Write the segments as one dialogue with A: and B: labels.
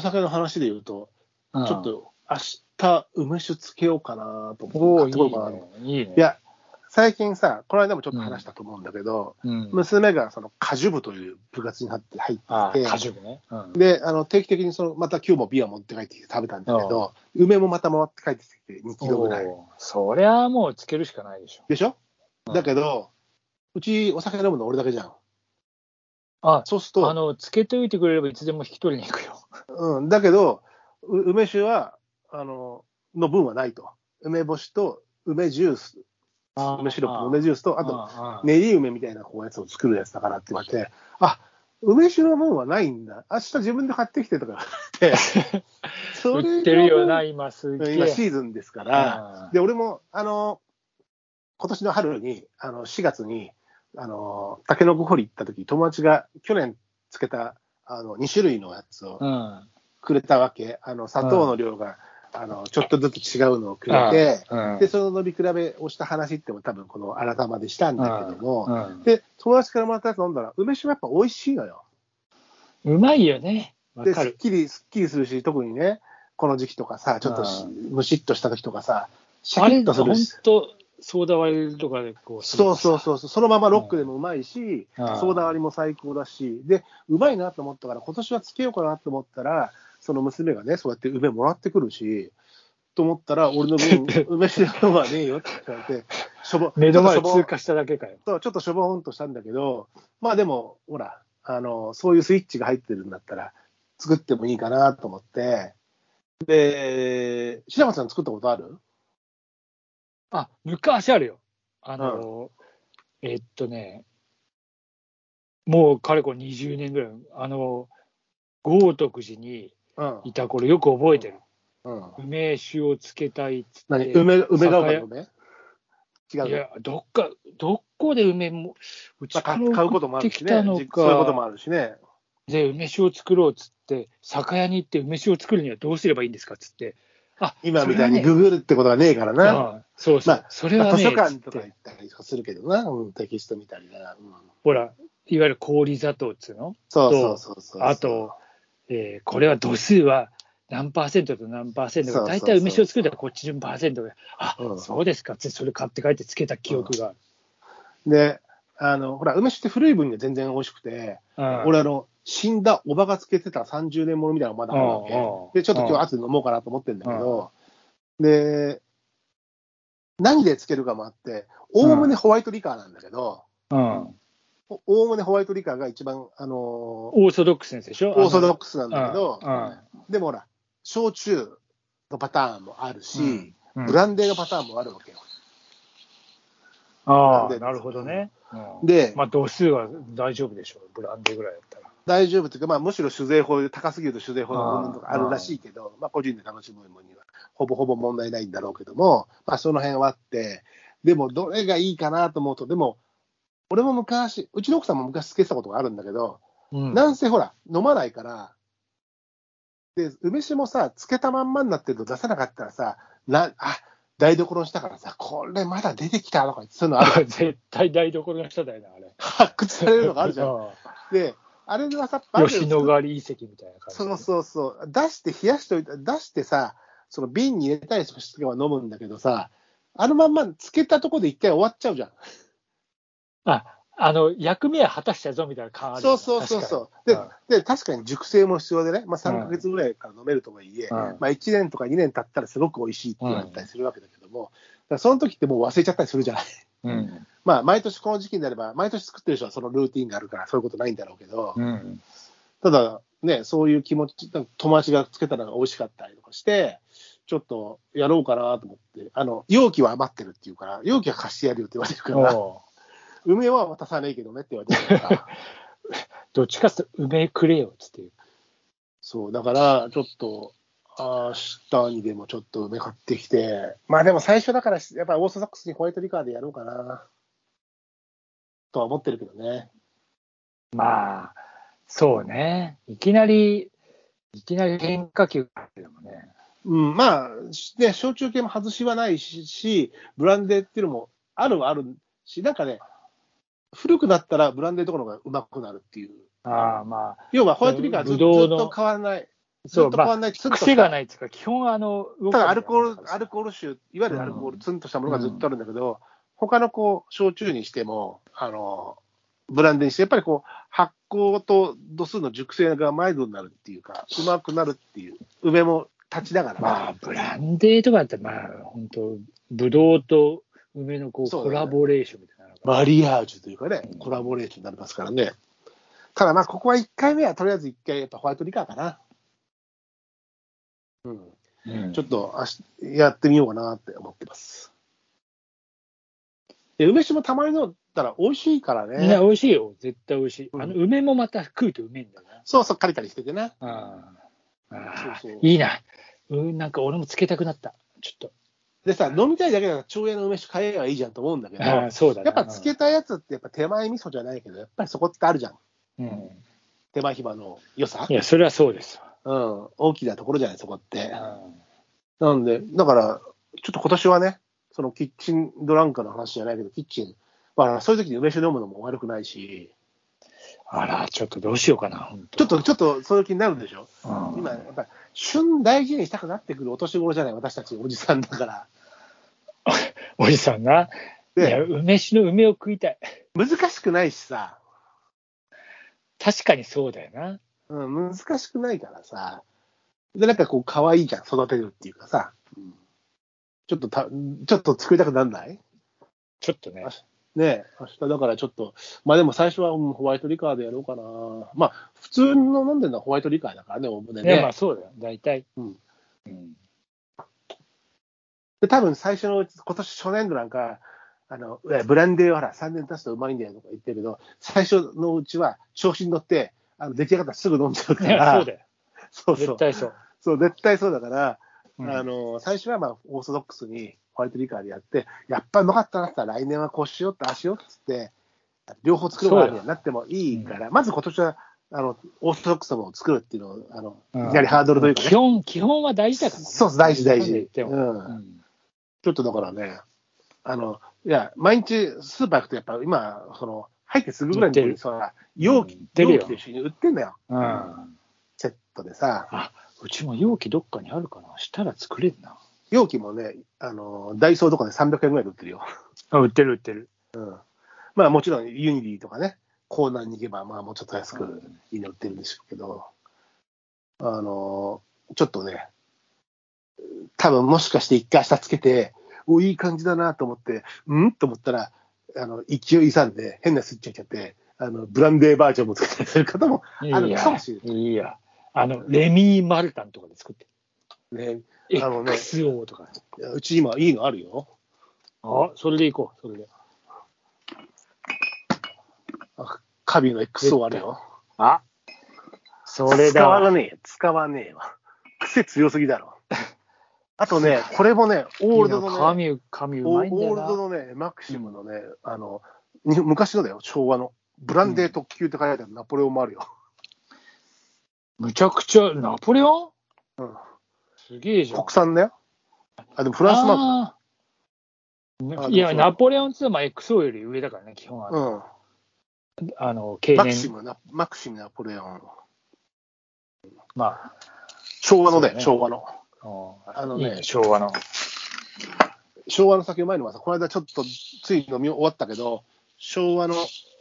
A: 酒の話で言うと、
B: うん
A: ちょっ、と明日梅酒つけようかなと
B: お
A: 思
B: お
A: っ
B: い
A: て、
B: い
A: 買ってこようかなと思って
B: ね。いいね。
A: いや、最近さ、この間もちょっと話したと思うんだけど、
B: うん、
A: 娘がその果樹部という部活に入って入
B: あ
A: っ
B: あ
A: て、
B: 果樹部ね。うん。
A: で、あの定期的にそのまた今日もビア持って帰ってきて食べたんだけど、梅もまた回って帰ってきて2キロぐらい。
B: おーそりゃもうつけるしかないでしょ。
A: でしょ
B: うん
A: だけど、うちお酒飲むの俺だけじゃん。
B: あ、
A: そうする
B: あ
A: と、
B: の、つけておいてくれればいつでも引き取りに行くよ。
A: うん、だけど、う梅酒は、あの、の分はないと。梅干しと梅ジュース、梅シロップの梅ジュースと、あと、
B: あ
A: 練り梅みたいなこうやつを作るやつだからって言われて、あ梅酒の分はないんだ。明日自分で買ってきてとか言われ て、それが
B: 売ってるよな、今すげえ。
A: 今シーズンですから、
B: あ
A: で、俺も、あの、今年の春に、あの、4月に、あの、タケノコ掘り行った時、友達が去年つけた、あの、2種類のやつを
B: うん。
A: くれたわけ。あの、砂糖の量が、あの、ちょっとずつ違うのをくれて、
B: うん。
A: で、その飲み比べをした話っても多分この改までしたんだけども、
B: うん
A: で、友達からもらったやつ飲んだら、梅酒はやっぱ美味しいのよ。
B: うまいよね。わ
A: で、
B: か
A: すっ
B: る。
A: きり、すっきりするし、特にね、この時期とかさ、ちょっとし
B: う
A: むしっとした時とかさ、シャ
B: あ
A: キ
B: れ、
A: ッとす
B: 本
A: るし。
B: 当ソーダ割りとかでこう。
A: そうそう
B: う。
A: そうそう、そのままロックでもうまいし、
B: うん
A: ソーダ割りも最高だし、で、うまいなと思ったから、今年はつけようかなと思ったら、その娘がね、そうやって梅もらってくるし、と思ったら、俺の 分、梅酒のはねえよって言われて、しょぼ、
B: 目の
A: ち
B: 前
A: ょっとしょぼ
B: 通過しただけかよ。
A: そうちょっとしょぼんとしたんだけど、まあでも、ほら、あの、そういうスイッチが入ってるんだったら、作ってもいいかなと思って、で、白松さん作ったことある
B: あ、昔あるよ。あの、えっとね、もうかれこれ20年ぐらい、あの、豪徳寺に
A: うん
B: いた頃よく覚えてる。
A: うん。
B: 梅酒をつけたいっつって。
A: 何梅、梅が丘の梅違うね。
B: いや、どっか、どこで梅も、う
A: ま
B: ち
A: あ、か
B: から
A: 買うこともある
B: 送って
A: し
B: き
A: ね。
B: た
A: そう
B: の
A: いう
B: か。
A: こともあるしね。
B: で、梅酒を作ろうっつって、酒屋に行って梅酒を作るにはどうすればいいんですかっつって、あ
A: 今みたいに
B: それはね
A: ググるってことはねえからな。
B: ああそうそう、
A: まあ
B: それ
A: ま
B: は
A: あ
B: ね、
A: 図書館とか行
B: つって
A: ったりとかするけどな、うん、テキスト見たりな。うん
B: ほら、いわゆる氷砂糖っつうの、
A: そうそうそうそう。
B: あと、えーこれは度数は何パーセントと何パーセント
A: そ
B: が、
A: うそう
B: 大
A: そう
B: 体梅酒を作るのはこっちのパーセントが、あ、
A: うん
B: そうですかっつって、それ買って帰ってつけた記憶がある。
A: で、あの、ほら、梅酒って古い分には全然美味しくて、
B: うん
A: 俺あの、死んだおばがつけてた30年ものみたいなのまだあるわけ
B: うんうん。
A: で、ちょっと今日後で飲もうかなと思ってんだけど、で、何でつけるかもあって、おおむねホワイトリカーなんだけど、
B: うん、
A: おおおむねホワイトリカーが一番、あのーオ
B: オーソドックスのやつでしょ、
A: ーソドッ
B: ク
A: クスな
B: ス
A: んだけど、でもほら、焼酎のパターンもあるし、ブランデーのパターンもあるわけよ。ブラ
B: あ
A: ンデ
B: あ、
A: ー
B: なるほどね。
A: で
B: まあ、度数は大丈夫でしょう、ブランデーぐらいだったら。
A: 大丈夫っていうか、まあ、むしろ酒税法で高すぎると酒税法の部分とかあるらしいけど、まあ、個人で楽しむ分にはほぼほぼ問題ないんだろうけども、まあ、その辺はあって、でも、どれがいいかなと思うと、でも、俺も昔、うちの奥さんも昔つけてたことがあるんだけど、
B: うん、
A: なんせほら、飲まないから、で、梅酒もさ、つけたまんまになってると出さなかったらさ、なあ台所にしたからさ、これまだ出てきたとか、そういうのある
B: 絶対台所の人だよな、あれ。
A: 発掘されるのがあるじゃん。
B: う
A: で、あれがさ、
B: ん吉野ヶ里遺跡みたいな感じ。
A: そうそうそう、出して冷やしておいて、出してさ、その瓶に入れたりしては飲むんだけどさ、あのまんまつけたとこで一回終わっちゃうじゃん。
B: あの、役目は果たしたぞみたいな感ある
A: そ
B: よ
A: う
B: ね
A: そうそうそう
B: 確
A: で
B: かに
A: で、確かに熟成も必要でね、まあ、
B: うん
A: 3ヶ月ぐらいから飲めるとはいえ、
B: うん
A: まあ、1年とか2年経ったらすごく美味しいって言われたりするわけだけども、だからその時ってもう忘れちゃったりするじゃない。
B: うん。
A: まあ、毎年この時期になれば、毎年作ってる人はそのルーティンがあるから、そういうことないんだろうけど、
B: うん。
A: ただ、ね、そういう気持ち、友達がつけたのが美味しかったりとかして、ちょっとやろうかなと思って、あの、容器は余ってるっていうから、容器は貸してやるよって言われるから、
B: おう
A: 梅は渡さないけどねって言われてるから、
B: どっちかっつうと、梅くれよっつっていう。
A: そう、だから、ちょっと、明日にでもちょっと梅買ってきて、まあでも最初だから、やっぱりオーソドックスにホワイトリカーでやろうかな、とは思ってるけどね。
B: まあ、そうね。いきなり、いきなり変化球でもね。
A: うん、まあ、ね、焼酎系も外しはないし、しブランデーっていうのもあるはあるし、なんかね、古くなったらブランデーとかの方がうまくなるっていう。
B: ああ、まあ、
A: 要はホワイトリカーはず
B: ぶど
A: ず
B: う
A: っ
B: の
A: と変わらない。ず
B: そ
A: っ
B: う、
A: と変
B: ま
A: わ
B: あ、
A: んない、つんと
B: 癖がないっていうか、基本あの、動
A: だから
B: か
A: アルコール、ア
B: ル
A: ルコール臭、いわゆるアルコール、ツンとしたものがずっとあるんだけど、他のこう、焼酎にしても、あの、ブランデーにして、やっぱりこう、発酵と度数の熟成がマイルドになるっていうか、うまくなるっていう、梅も立ちながら、
B: まあ、ブランデーとかだったら、まあ、本当ブドウと梅のこう、
A: そう
B: コ
A: だね
B: ラボレーションみたいなのが。
A: マリアージュというかね
B: うん、
A: コラボレーションになりますからね。ただまあ、ここは1回目はとりあえず1回、やっぱホワイトリカーかな。うん。
B: うん
A: ちょっとあしやってみようかなって思ってます。で梅酒もたまに飲んだら美味しいから
B: いや、
A: ね。
B: 美味しいよ。絶対美味しい。
A: うん
B: あの、梅もまた食うとうめえんだよな。
A: そうそう、カリカリしててね。
B: あーあー
A: そうそう
B: いいな。うん、なんか俺もつけたくなった。ちょっ
A: でさ、飲みたいだけだから、町屋の梅酒買えばいいじゃんと思うんだけ
B: と。
A: ど、
B: あ
A: や
B: あ、そうだな
A: っぱつけたやつって、やっぱ手前味噌じゃないけど、やっぱりそこってあるじゃん。
B: うん。
A: 手前暇の良さ
B: い。や、それはそうですわ。
A: うん。大きなところじゃない、そこって。なんで、だから、ちょっと今年はね、そのキッチンドランカーの話じゃないけど、キッチン、まあ、そういう時に梅酒飲むのも悪くないし、
B: あら、ちょっとどうしようかな、本
A: ちょ
B: 当
A: っと、ちょっと、そういう気になるでしょ
B: うん
A: 今、やっぱり旬大事にしたくなってくるお年頃じゃない、私たちおじさんだから。
B: おじさんが、いや、
A: で、
B: 梅酒の梅を食いたい。
A: 難しくないしさ、
B: 確かにそうだよな。
A: うん、難しくないからさ、で、なんかこう、可愛いじゃん、育てるっていうかさ、うんちょっとた、ちょっと作りたくなんない
B: ちょっとね。
A: ねえ、明日だからちょっと、まあでも最初は、うんホワイトリカーでやろうかな。まあ、普通の飲んでるのはホワイトリカーだからね、お胸ね。
B: ね、まあそうだよ。大体。
A: うん
B: うん
A: で、多分最初のうち、今年初年度なんか、あの、いやブランデーはほら、3年経つとうまいんだよとか言ってるけど、最初のうちは調子に乗って、あの出来上がったらすぐ飲んじゃうか
B: いや、
A: ら、
B: そうだよ。
A: そうそ
B: 絶
A: う
B: 対そう。
A: そう、絶対そうだから、
B: うん
A: あの、最初はまあ、オーソドックスにホワイトリカーでやって、やっぱうまかったなって言ったら来年はこうしようって、ああしようってって、両方作るものになってもいいから、まず今年は、あの、オーソドックスなものを作るっていうのを、あ
B: うん
A: の、いきなりハードルというか
B: 基
A: ね。
B: 本、基本は大事だからね。
A: そうそう、大事大
B: なんで言っ
A: 事。
B: ても
A: うん
B: うん
A: ちょっとだからね、あの、いや、毎日スーパー行くと、やっぱ今、その、入ってすぐぐらいのとこ
B: 売
A: に、
B: ってる
A: その容
B: う
A: 器
B: ん売っ、てるよ
A: 容器と一緒に売ってんだよ。
B: うん
A: セットでさ。
B: うちも容器どっかにあるかな。したら作れるな。
A: 容器もね、あの、ダイソーとかで300円ぐらいで売ってるよ。
B: あ、売ってる売ってる。
A: うん。まあもちろん、ユニリーとかね、コーナーに行けば、まあもうちょっと安
B: う
A: く
B: ん
A: いいの売ってるんでしょうけど、あの、ちょっとね、多分もしかして一回明日つけて、お、いい感じだなと思って、うんと思ったら、あの、勢いさんで変なスイッチ入っちゃって、あの、ブランデーバージョンも作ったりする方も、
B: い
A: あ
B: い
A: る
B: や
A: かもしれ。
B: いいや。あの、レミー・マルタンとかで作って
A: ね、
B: る。
A: あのね
B: XO とか。
A: うち今いいのあるよ。
B: あ、それでいこう。それで。
A: カビの XO あるよ。
B: あ、それ
A: 使
B: だ
A: わ
B: わ。
A: ねえ、使わねえわ。癖強すぎだろ。あと ね、これもね、オールド
B: いや
A: のね、
B: 紙、紙う
A: オ
B: ま
A: ー
B: いんだ
A: ル
B: よな。
A: ドのね、マクシムのね、あの、に昔のだよ、昭和の。ブランデー特急って書いてあるナポレオンもあるよ。
B: むちゃくちゃ、ナポレオン
A: うん
B: すげえじゃん
A: 国。産だよ。あ、でもフランスマーク
B: あー
A: あ
B: いや、
A: そう
B: ナポレオン2は XO より上だからね、基本は。
A: だ。
B: あの、
A: う
B: 経
A: ん。マクシ
B: 年、
A: ムな、マクシムナポレオン。
B: まあ
A: 昭和の
B: そう
A: ね、
B: ね
A: 昭和の。
B: あ
A: あの
B: の
A: ね
B: ね、昭和の。
A: 昭和の酒うまいのはさ、この間ちょっとつい飲み終わったけど、昭和の、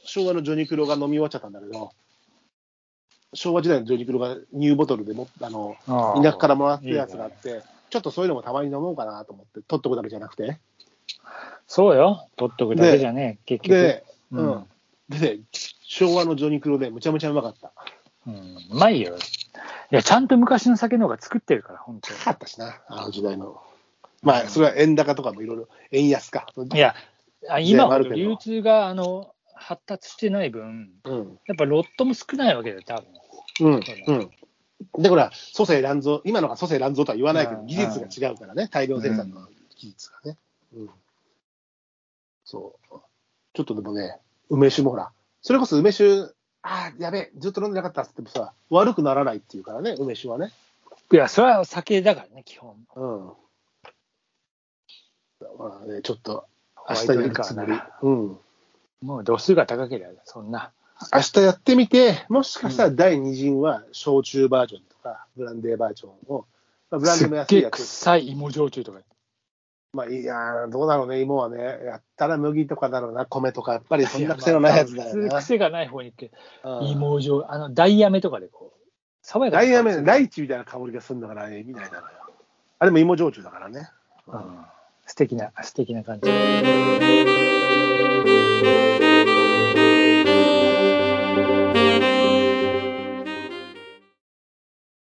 A: 昭和のジョニクロが飲み終わっちゃったんだけど、昭和時代のジョニクロがニューボトルでも、あの、田舎からもらったやつがあって、ちょっとそういうのもたまに飲もうかなと思って、取っとくだけじゃなくて。
B: そうよ、取っとくだけじゃねえ、結局。
A: で、うん。でね、昭和のジョニクロでむちゃむちゃうまかった。
B: うんうまいよ。いや、ちゃんと昔の酒の方が作ってるから、本当
A: 高かったしな、あの時代の。まあ、それは円高とかもいろいろ、円安か。
B: に。いや、あ今
A: でもあ
B: ほ
A: る
B: ど
A: けど
B: 流通があの発達してない分、
A: うん。
B: やっぱロットも少ないわけだよ、多分。
A: うん
B: そう。
A: う
B: だ
A: ん。で、ほら、蘇生乱造、今のが蘇生乱造とは言わないけ
B: う
A: ど、
B: ん
A: 技術が違うからね、大量生産の技術がね。うん。そう。ちょっとでもね、梅酒もほら、それこそ梅酒、ああ、やべえ、ずっと飲んでなかったっつってもさ、悪くならないっていうからね、梅酒はね。
B: いや、それは酒だからね、基本。
A: うん。まあね、ちょっと、
B: ホ
A: 明
B: ワイ
A: 日
B: ト
A: や
B: リ
A: る
B: カ
A: つ
B: ー
A: も
B: な
A: り
B: ら。
A: うん。
B: もう度数が高ければ、そんな。
A: 明日やってみて、もしかしたら第2陣は焼酎バージョンとかか、ブランデーバージョンを、まあ、ブラン
B: す
A: デ
B: っ
A: ーも安
B: げ
A: い
B: え
A: やつ。
B: 臭い芋焼酎とか。
A: まあ、いやー、どうだろうね、芋はね。やったら麦とかだろうな、米とか、やっぱりそんな癖のないやつだよ
B: いやまあ
A: な。
B: 癖がない方に行って、
A: うん
B: 芋焼あの、ダイヤメとかでこう、爽やか
A: ダイヤメ、ラ
B: イ、
A: イチみたいな香りがするんだから、ね、みたいなのよ。あれも芋焼酎だからね。
B: うん素敵な、素敵な感じ。